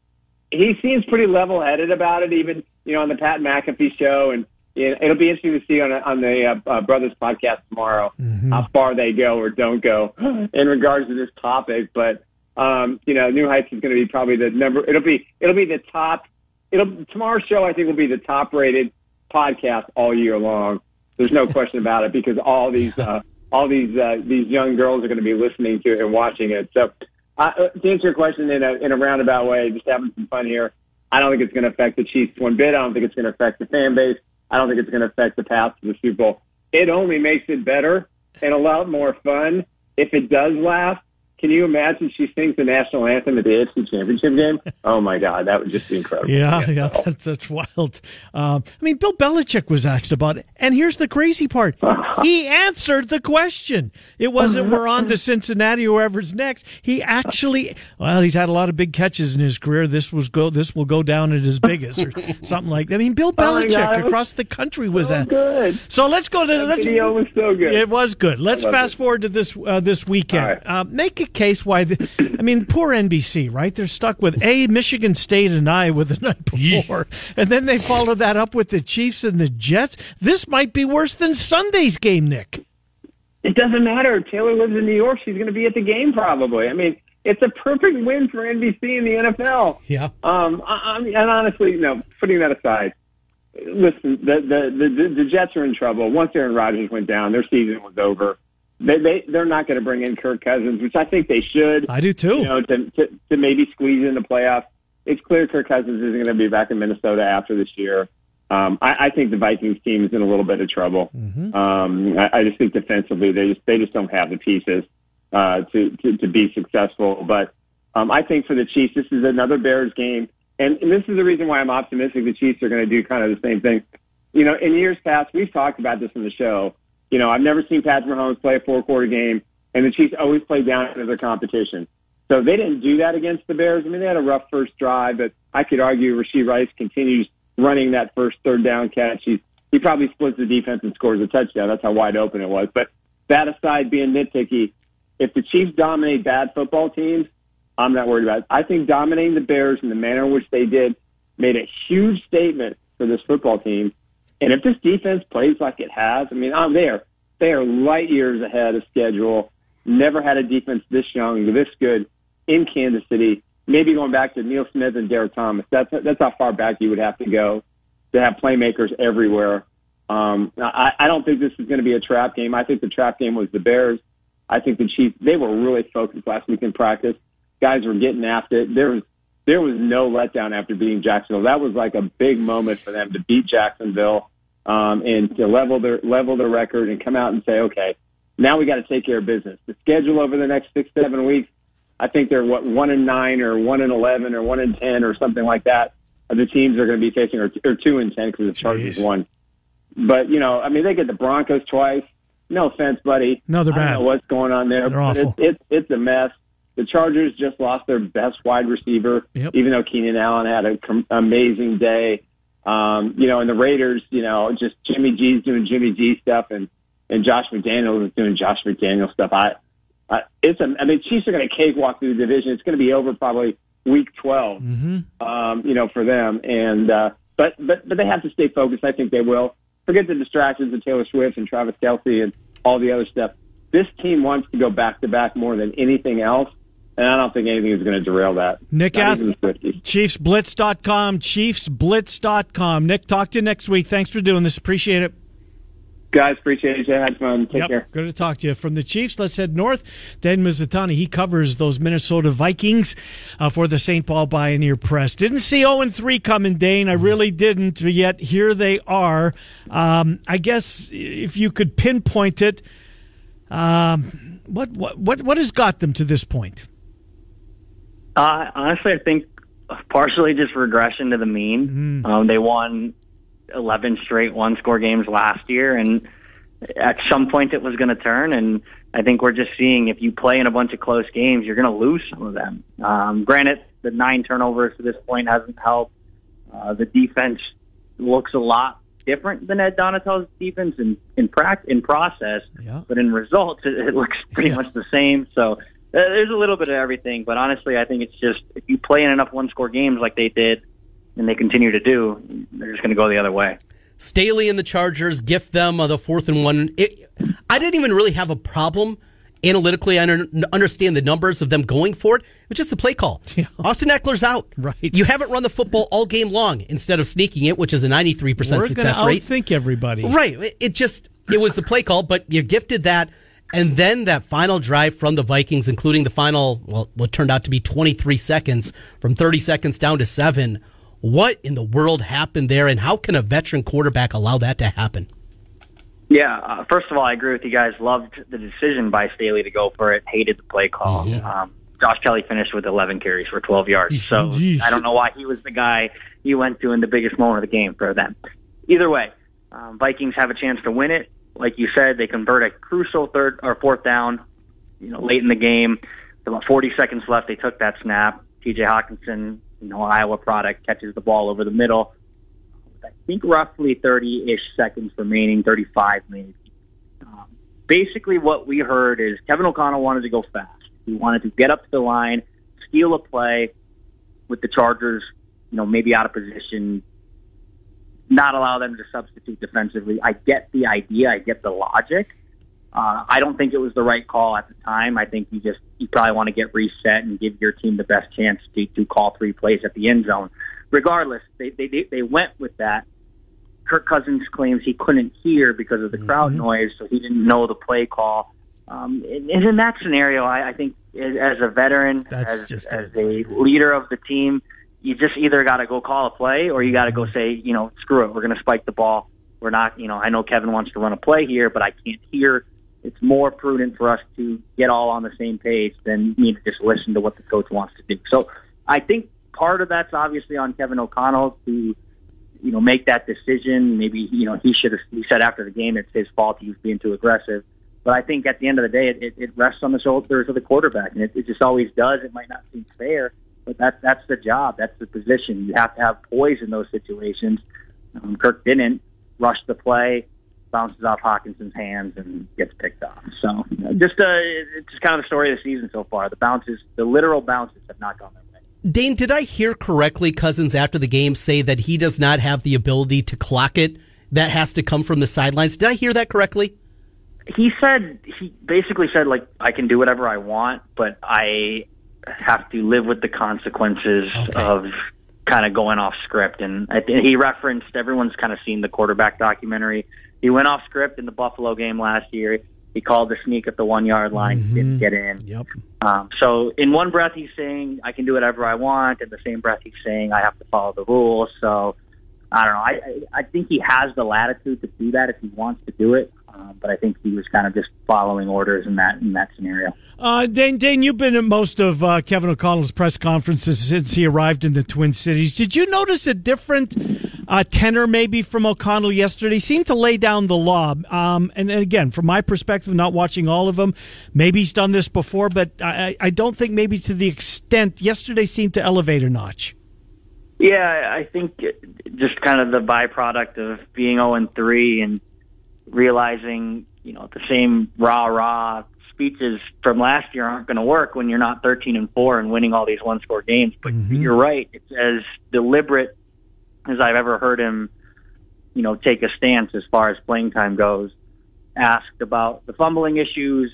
S8: he seems pretty level headed about it, even you know on the Pat McAfee show, and you know, it'll be interesting to see on on the uh, uh, Brothers podcast tomorrow how far they go or don't go in regards to this topic. But um, you know, New Heights is going to be probably the number. It'll be it'll be the top. It'll tomorrow's show I think will be the top rated podcast all year long. There's no question about it because all these uh, all these uh, these young girls are going to be listening to it and watching it. So uh, to answer your question in a in a roundabout way, just having some fun here. I don't think it's going to affect the Chiefs one bit. I don't think it's going to affect the fan base. I don't think it's going to affect the path to the Super Bowl. It only makes it better and a lot more fun if it does last. Can you imagine she sings the national anthem at the AFC Championship game? Oh my God, that would just be incredible.
S3: Yeah, yeah, that's, that's wild. Um, I mean, Bill Belichick was asked about it, and here's the crazy
S8: [LAUGHS]
S3: part: he answered the question. It wasn't we're on to Cincinnati, whoever's next. He actually, well, he's had a lot of big catches in his career. This was go, this will go down as his biggest,
S8: [LAUGHS]
S3: or something like that. I mean, Bill
S8: Oh my God,
S3: Belichick
S8: it was
S3: across the country was at.
S8: Good.
S3: So let's go to the let's.
S8: Video was so good.
S3: It was good. Let's
S8: love
S3: fast
S8: it.
S3: forward to this uh, this weekend.
S8: All right.
S3: Uh, make a case why. The, I mean, poor NBC, right? They're stuck with a Michigan State and Iowa the [LAUGHS] night before, and then they follow that up with the Chiefs and the Jets. This might be worse than Sunday's game, Nick.
S8: It doesn't matter. Taylor lives in New York. She's going to be at the game probably. I mean, it's a perfect win for NBC and the NFL.
S4: Yeah.
S8: Um. I, I mean, and honestly, no. Putting that aside, listen. The the, the the Jets are in trouble. Once Aaron Rodgers went down, their season was over. They they they're not going to bring in Kirk Cousins, which I think they should.
S3: I do too.
S8: You know, to, to, to maybe squeeze in the playoffs. It's clear Kirk Cousins isn't going to be back in Minnesota after this year. Um, I, I think the Vikings team is in a little bit of trouble. Um, I, I just think defensively they just they just don't have the pieces uh, to, to to be successful. But um, I think for the Chiefs, this is another Bears game, and, and this is the reason why I'm optimistic the Chiefs are going to do kind of the same thing. You know, in years past, we've talked about this in the show. You know, I've never seen Patrick Mahomes play a four quarter game, and the Chiefs always play down to their competition. So they didn't do that against the Bears. I mean, they had a rough first drive, but I could argue Rasheed Rice continues running that first third down catch. He's, he probably splits the defense and scores a touchdown. That's how wide open it was. But that aside, being nitpicky, if the Chiefs dominate bad football teams, I'm not worried about it. I think dominating the Bears in the manner in which they did made a huge statement for this football team. And if this defense plays like it has, I mean, I'm there. They are light years ahead of schedule. Never had a defense this young, this good in Kansas City. Maybe going back to Neil Smith and Derek Thomas. That's that's how far back you would have to go to have playmakers everywhere. Um, I, I don't think this is going to be a trap game. I think the trap game was the Bears. I think the Chiefs they were really focused last week in practice. Guys were getting after it. There was there was no letdown after beating Jacksonville. That was like a big moment for them to beat Jacksonville um, and to level their level their record and come out and say, okay, now we got to take care of business. The schedule over the next six seven weeks, I think they're what one and nine or one and eleven or one and ten or something like that. Of the teams they're going to be facing or, or two and ten because the Chargers won. But you know, I mean, they get the Broncos twice. No offense, buddy.
S3: No, they're
S8: I don't
S3: bad.
S8: know what's going on there?
S3: They're
S8: but
S3: awful.
S8: It's, it's it's a mess. The Chargers just lost their best wide receiver,
S3: Yep.
S8: even though Keenan Allen had an com- amazing day. Um, you know, and the Raiders, you know, just Jimmy G's doing Jimmy G stuff, and and Josh McDaniels is doing Josh McDaniel stuff. I, I Uh, it's a, I mean, Chiefs are going to cakewalk through the division. It's going to be over probably week 12
S3: Mm-hmm.
S8: um, you know, for them. And uh, but but but they have to stay focused. I think they will. Forget the distractions of Taylor Swift and Travis Kelsey and all the other stuff. This team wants to go back to back more than anything else, and I don't think anything is going to derail that.
S3: Nick
S8: Not
S3: Ath-
S8: even the Swifties.
S3: ChiefsBlitz.com, ChiefsBlitz.com. Nick, talk to you next week. Thanks for doing this. Appreciate it.
S8: guys, appreciate you. Had fun. Take care.
S3: Good to talk to you. From the Chiefs, let's head north. Dan Mizutani, he covers those Minnesota Vikings uh, for the St. Paul Pioneer Press. Didn't see 0 3 coming, Dane. I
S8: Mm-hmm.
S3: really didn't, but yet here they are. Um, I guess if you could pinpoint it, um, what, what, what, what has got them to this point?
S7: Uh, honestly, I think partially just regression to the mean. Um, they won 11 straight one score games last year, and at some point it was going to turn. And I think we're just seeing if you play in a bunch of close games, you're going to lose some of them. Um, granted, the nine turnovers to this point hasn't helped. Uh, the defense looks a lot different than Ed Donatel's defense in in, prac- in process,
S3: Yeah.
S7: but in results, it, it looks pretty much the same. So uh, there's a little bit of everything, but honestly, I think it's just if you play in enough one score games like they did, and they continue to do, they're just going to go the other way.
S4: Staley and the Chargers gift them uh, the fourth and one. It, I didn't even really have a problem analytically. I un- understand the numbers of them going for it. It's just a play
S3: [LAUGHS]
S4: call. Austin Eckler's out.
S3: Right.
S4: You haven't run the football all game long instead of sneaking it, which is a ninety-three percent
S3: We're
S4: success
S3: gonna
S4: rate.
S3: outthink everybody.
S4: Right. It- It just it was the play call, but you're gifted that, and then that final drive from the Vikings, including the final well, what turned out to be 23 seconds from 30 seconds down to seven. What in the world happened there, and how can a veteran quarterback allow that to happen?
S7: Yeah, uh, first of all, I agree with you guys. Loved the decision by Staley to go for it. Hated the play
S3: Oh,
S7: call. Um, Josh Kelly finished with 11 carries for 12 yards. So
S3: Jeez.
S7: I don't know why he was the guy you went to in the biggest moment of the game for them. Either way, um, Vikings have a chance to win it. Like you said, they convert a crucial third or fourth down. You know, late in the game, with about 40 seconds left, they took that snap. T.J. Hawkinson, you know, Iowa product, catches the ball over the middle. I think roughly 30 ish seconds remaining, 35 maybe. Um, basically, what we heard is Kevin O'Connell wanted to go fast. He wanted to get up to the line, steal a play with the Chargers, you know, maybe out of position, not allow them to substitute defensively. I get the idea, I get the logic. Uh, I don't think it was the right call at the time. I think you just you probably want to get reset and give your team the best chance to, to call three plays at the end zone. Regardless, they they they they went with that. Kirk Cousins claims he couldn't hear because of the
S3: Mm-hmm.
S7: crowd noise, so he didn't know the play call. Um, and, and in that scenario, I, I think as as a veteran,
S3: That's
S7: as,
S3: just
S7: as a leader of the team, you just either got to go call a play or you got to
S3: Mm-hmm.
S7: go say, you know, screw it, we're going to spike the ball. We're not, you know, I know Kevin wants to run a play here, but I can't hear. It's more prudent for us to get all on the same page than me to just listen to what the coach wants to do. So I think part of that's obviously on Kevin O'Connell to you know make that decision. Maybe you know he should have. He said after the game it's his fault. He was being too aggressive. But I think at the end of the day, it, it, it rests on the shoulders of the quarterback, and it, it just always does. It might not seem fair, but that that's the job. That's the position. You have to have poise in those situations. Um, Kirk didn't rush the play. Bounces off Hawkinson's hands and gets picked off. So you know, just uh, it- it's just kind of the story of the season so far. The bounces, the literal bounces, have not gone their way.
S4: Dane, did I hear correctly Cousins after the game say that he does not have the ability to clock it? That has to come from the sidelines. Did I hear that correctly?
S7: he said he basically said like I can do whatever I want, but I have to live with the consequences
S4: Okay.
S7: of kind of going off script. And I think he referenced everyone's kind of seen the quarterback documentary. He went off script in the Buffalo game last year. He called the sneak at the one yard line, didn't get in.
S3: Yep.
S7: Um, so in one breath he's saying I can do whatever I want, in the same breath he's saying I have to follow the rules. So I don't know. I I, I think he has the latitude to do that if he wants to do it. Um, but I think he was kind of just following orders in that in that scenario.
S3: Uh, Dane, Dane, you've been at most of uh, Kevin O'Connell's press conferences since he arrived in the Twin Cities. Did you notice a different uh, tenor, maybe, from O'Connell yesterday? He seemed to lay down the law. Um, and, and again, from my perspective, not watching all of them, maybe he's done this before, but I, I I don't think maybe to the extent yesterday seemed to elevate a notch.
S7: Yeah, I think just kind of the byproduct of being 0 and 3 and realizing, you know, the same rah rah speeches from last year aren't going to work when you're not 13 and 4 and winning all these one score games. But you're right. It's as deliberate as I've ever heard him, you know, take a stance as far as playing time goes. Asked about the fumbling issues,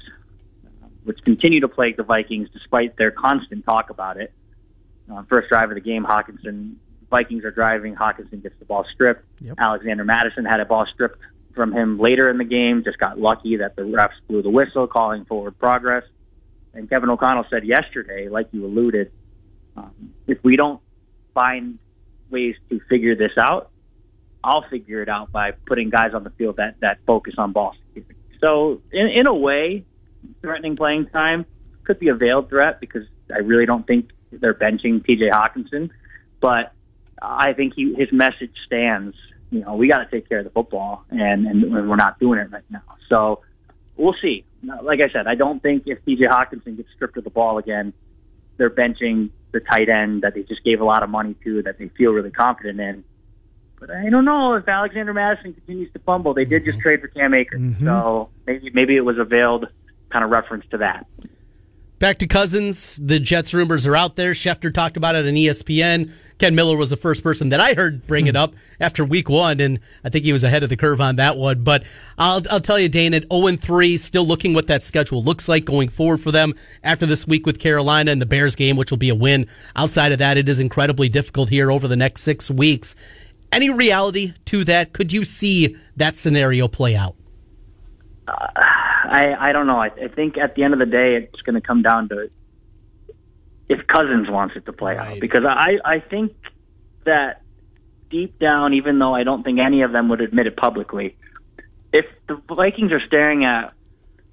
S7: which continue to plague the Vikings despite their constant talk about it. On first drive of the game, Hawkinson Vikings are driving. Hawkinson gets the ball stripped. Alexander Madison had a ball stripped from him later in the game. Just got lucky that the refs blew the whistle, calling forward progress. And Kevin O'Connell said yesterday, like you alluded, um, if we don't find ways to figure this out, I'll figure it out by putting guys on the field that that focus on ball security. So in in a way, threatening playing time could be a veiled threat because I really don't think they're benching T.J. Hawkinson, but I think he, his message stands. You know, we got to take care of the football, and and we're not doing it right now. So we'll see. Like I said, I don't think if T.J. Hawkinson gets stripped of the ball again, they're benching the tight end that they just gave a lot of money to that they feel really confident in. But I don't know if Alexander Madison continues to fumble. They did just trade for Cam Akers, so maybe maybe it was a veiled kind of reference to that.
S4: Back to Cousins. The Jets rumors are out there. Schefter talked about it on E ESPN. Ken Miller was the first person that I heard bring it up after week one, and I think he was ahead of the curve on that one. But I'll, I'll tell you, Dane, at 0 3, still looking what that schedule looks like going forward for them after this week with Carolina and the Bears game, which will be a win. Outside of that, it is incredibly difficult here over the next six weeks. Any reality to that? Could you see that scenario play out?
S7: I, I don't know. I, I think at the end of the day, it's going to come down to if Cousins wants it to play out. Because I, I think that deep down, even though I don't think any of them would admit it publicly, if the Vikings are staring at,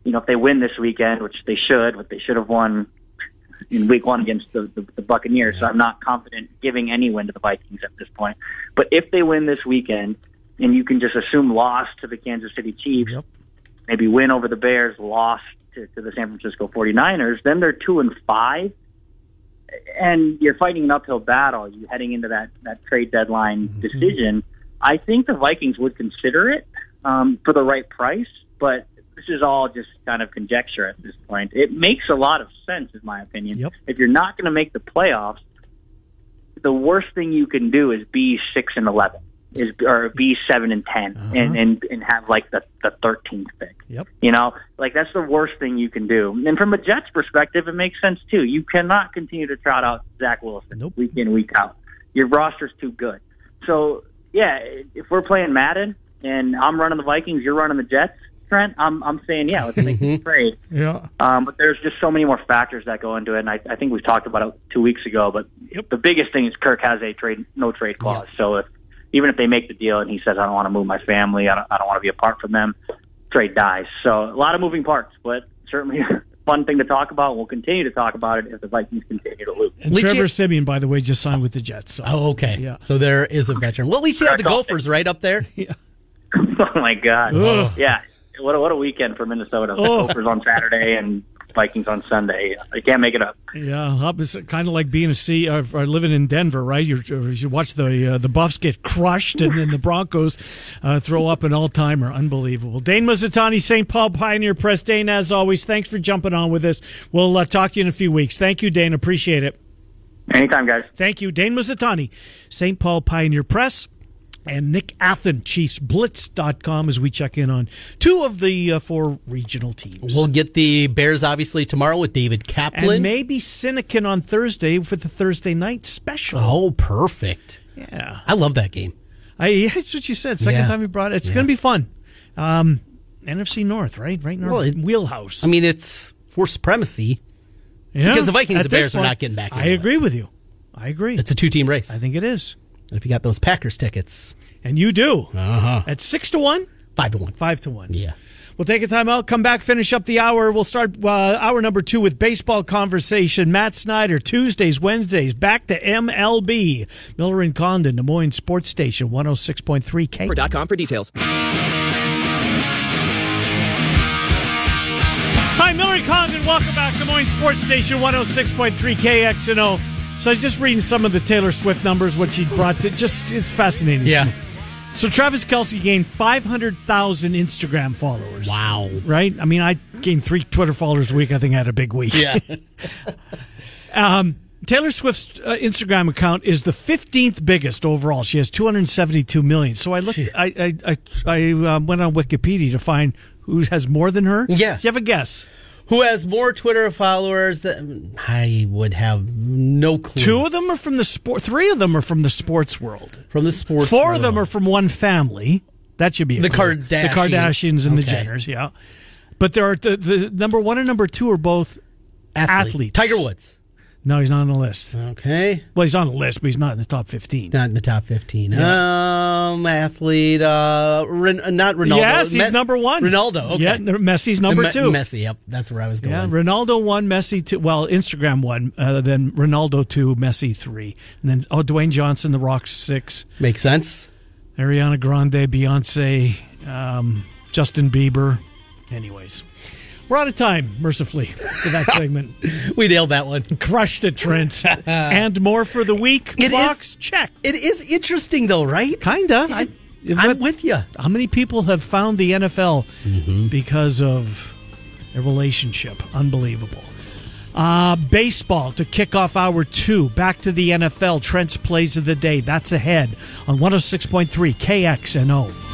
S7: you know, if they win this weekend, which they should, but they should have won in week one against the, the, the Buccaneers, so I'm not confident giving any win to the Vikings at this point. But if they win this weekend, and you can just assume loss to the Kansas City Chiefs, maybe win over the Bears, loss to, to the San Francisco 49ers, then they're two and five, and you're fighting an uphill battle. You're heading into that, that trade deadline decision. I think the Vikings would consider it um, for the right price, but this is all just kind of conjecture at this point. It makes a lot of sense, in my opinion.
S3: Yep.
S7: If you're not going to make the playoffs, the worst thing you can do is be six and eleven, is or be seven and 10 and, and and have like the the thirteenth pick.
S3: Yep.
S7: You know, like that's the worst thing you can do. And from a Jets perspective, it makes sense too. You cannot continue to trot out Zach Wilson
S3: Nope.
S7: week in week out. Your roster's too good. So yeah, if we're playing Madden and I'm running the Vikings, you're running the Jets, Trent. I'm I'm saying yeah, let's make this trade.
S3: Yeah.
S7: Um, but there's just so many more factors that go into it, and I, I think we talked about it two weeks ago. But the biggest thing is Kirk has a trade, no trade clause. So if even if they make the deal and he says I don't want to move my family, I don't, I don't want to be apart from them, trade dies. So a lot of moving parts, but certainly [LAUGHS] a fun thing to talk about. We'll continue to talk about it if the Vikings continue to lose. [LAUGHS]
S3: And
S4: Legit-
S3: Trevor Simeon, by the way, just signed with the Jets. So.
S4: Oh, okay.
S3: Yeah.
S4: So there is a veteran. Well, at least you have the Gophers right up there.
S7: oh my God!
S3: Ugh.
S7: Yeah, what a, what a weekend for Minnesota. The
S3: Oh.
S7: Gophers on Saturday and Vikings on Sunday. I can't make it up.
S3: Yeah, Hub is kind of like being a sea or, or living in Denver, right? You're, you watch the uh, the Buffs get crushed, and then the Broncos uh, throw up an all timer. Unbelievable. Dane Mazzatani, St. Paul Pioneer Press. Dane, as always, thanks for jumping on with us. We'll uh, talk to you in a few weeks. Thank you, Dane. Appreciate it.
S7: Anytime, guys.
S3: Thank you, Dane Mazzatani, St. Paul Pioneer Press. And Nick Athen, ChiefsBlitz.com, as we check in on two of the uh, four regional teams.
S4: We'll get the Bears obviously tomorrow with David
S3: and
S4: Kaplan.
S3: maybe Sinekin on Thursday for the Thursday night special.
S4: oh, perfect.
S3: Yeah.
S4: I love that game.
S3: I, yeah, that's what you said. Second
S4: Yeah.
S3: time you brought it. It's going to be fun. Um, NFC North, right? Right in our
S4: Well, it-
S3: wheelhouse.
S4: I mean, it's for supremacy.
S3: Yeah,
S4: because the Vikings
S3: at
S4: and Bears
S3: this
S4: are not getting back
S3: I
S4: into it.
S3: agree with you. I agree.
S4: It's a two team race.
S3: I think it is.
S4: And if you got those Packers tickets,
S3: And you do. Uh-huh. At 6 to 1?
S4: Five to one.
S3: Five to one.
S4: Uh-huh. Yeah.
S3: We'll take a timeout, come back, finish up the hour. We'll start uh, hour number two with baseball conversation. Matt Snyder, Tuesdays, Wednesdays, back to MLB. Miller and Condon, Des Moines Sports Station, 106.3 K.
S9: com for details.
S3: Hi, Miller and Condon. Welcome back, Des Moines Sports Station, 106.3 KXNO. So I was just reading some of the Taylor Swift numbers, what she brought to just, it's fascinating. to
S4: Yeah.
S3: me. So Travis Kelsey gained 500,000 Instagram
S4: [LAUGHS]
S3: followers.
S4: Wow.
S3: right? I mean, I gained three Twitter followers a week. I think I had a big week.
S4: Yeah.
S3: Taylor Swift's uh, Instagram account is the 15th biggest overall. She has 272 million. So I looked, I, I, I, I um, went on Wikipedia to find who has more than her.
S4: Yeah.
S3: Do you have a guess?
S4: [LAUGHS] Who has more Twitter followers? That mm, I would have no clue.
S3: Two of them are from the sport, three of them are from the sports world.
S4: from the sports.
S3: Four of
S4: world.
S3: them are from one family. That should be a
S4: The
S3: clue.
S4: Kardashians.
S3: the Kardashians and the
S4: Okay.
S3: Jenners. Yeah, but there are the, the number one and number two are both. athletes.
S4: Tiger Woods.
S3: No, he's not on the list.
S4: Okay,
S3: Well, he's on the list, but he's not in the top 15.
S4: not in the top fifteen. Um, athlete. Uh, Ren- not Ronaldo.
S3: Yes, he's
S4: Me-
S3: number one.
S4: Ronaldo. Okay.
S3: Yeah, Messi's number
S4: Me-
S3: two.
S4: Messi. Yep, that's where I was going.
S3: yeah, Ronaldo one, Messi two. Well, Instagram one, uh, then Ronaldo two, Messi three, and then oh, Dwayne Johnson, The Rock six,
S4: Makes sense.
S3: Ariana Grande, Beyonce, um, Justin Bieber. Anyways, we're out of time, mercifully,
S4: [LAUGHS]
S3: for that segment.
S4: We nailed that one.
S3: Crushed it,
S4: [LAUGHS]
S3: Trent, and more for the week.
S4: It is-
S3: Box check,
S4: It is interesting though, right?
S3: kinda. I,
S4: I'm with you.
S3: how many people have found the NFL because of a relationship? Unbelievable. Uh, baseball to kick off hour two. Back to oh the NFL. Trent's plays of the day. That's ahead on 106.3 KXNO.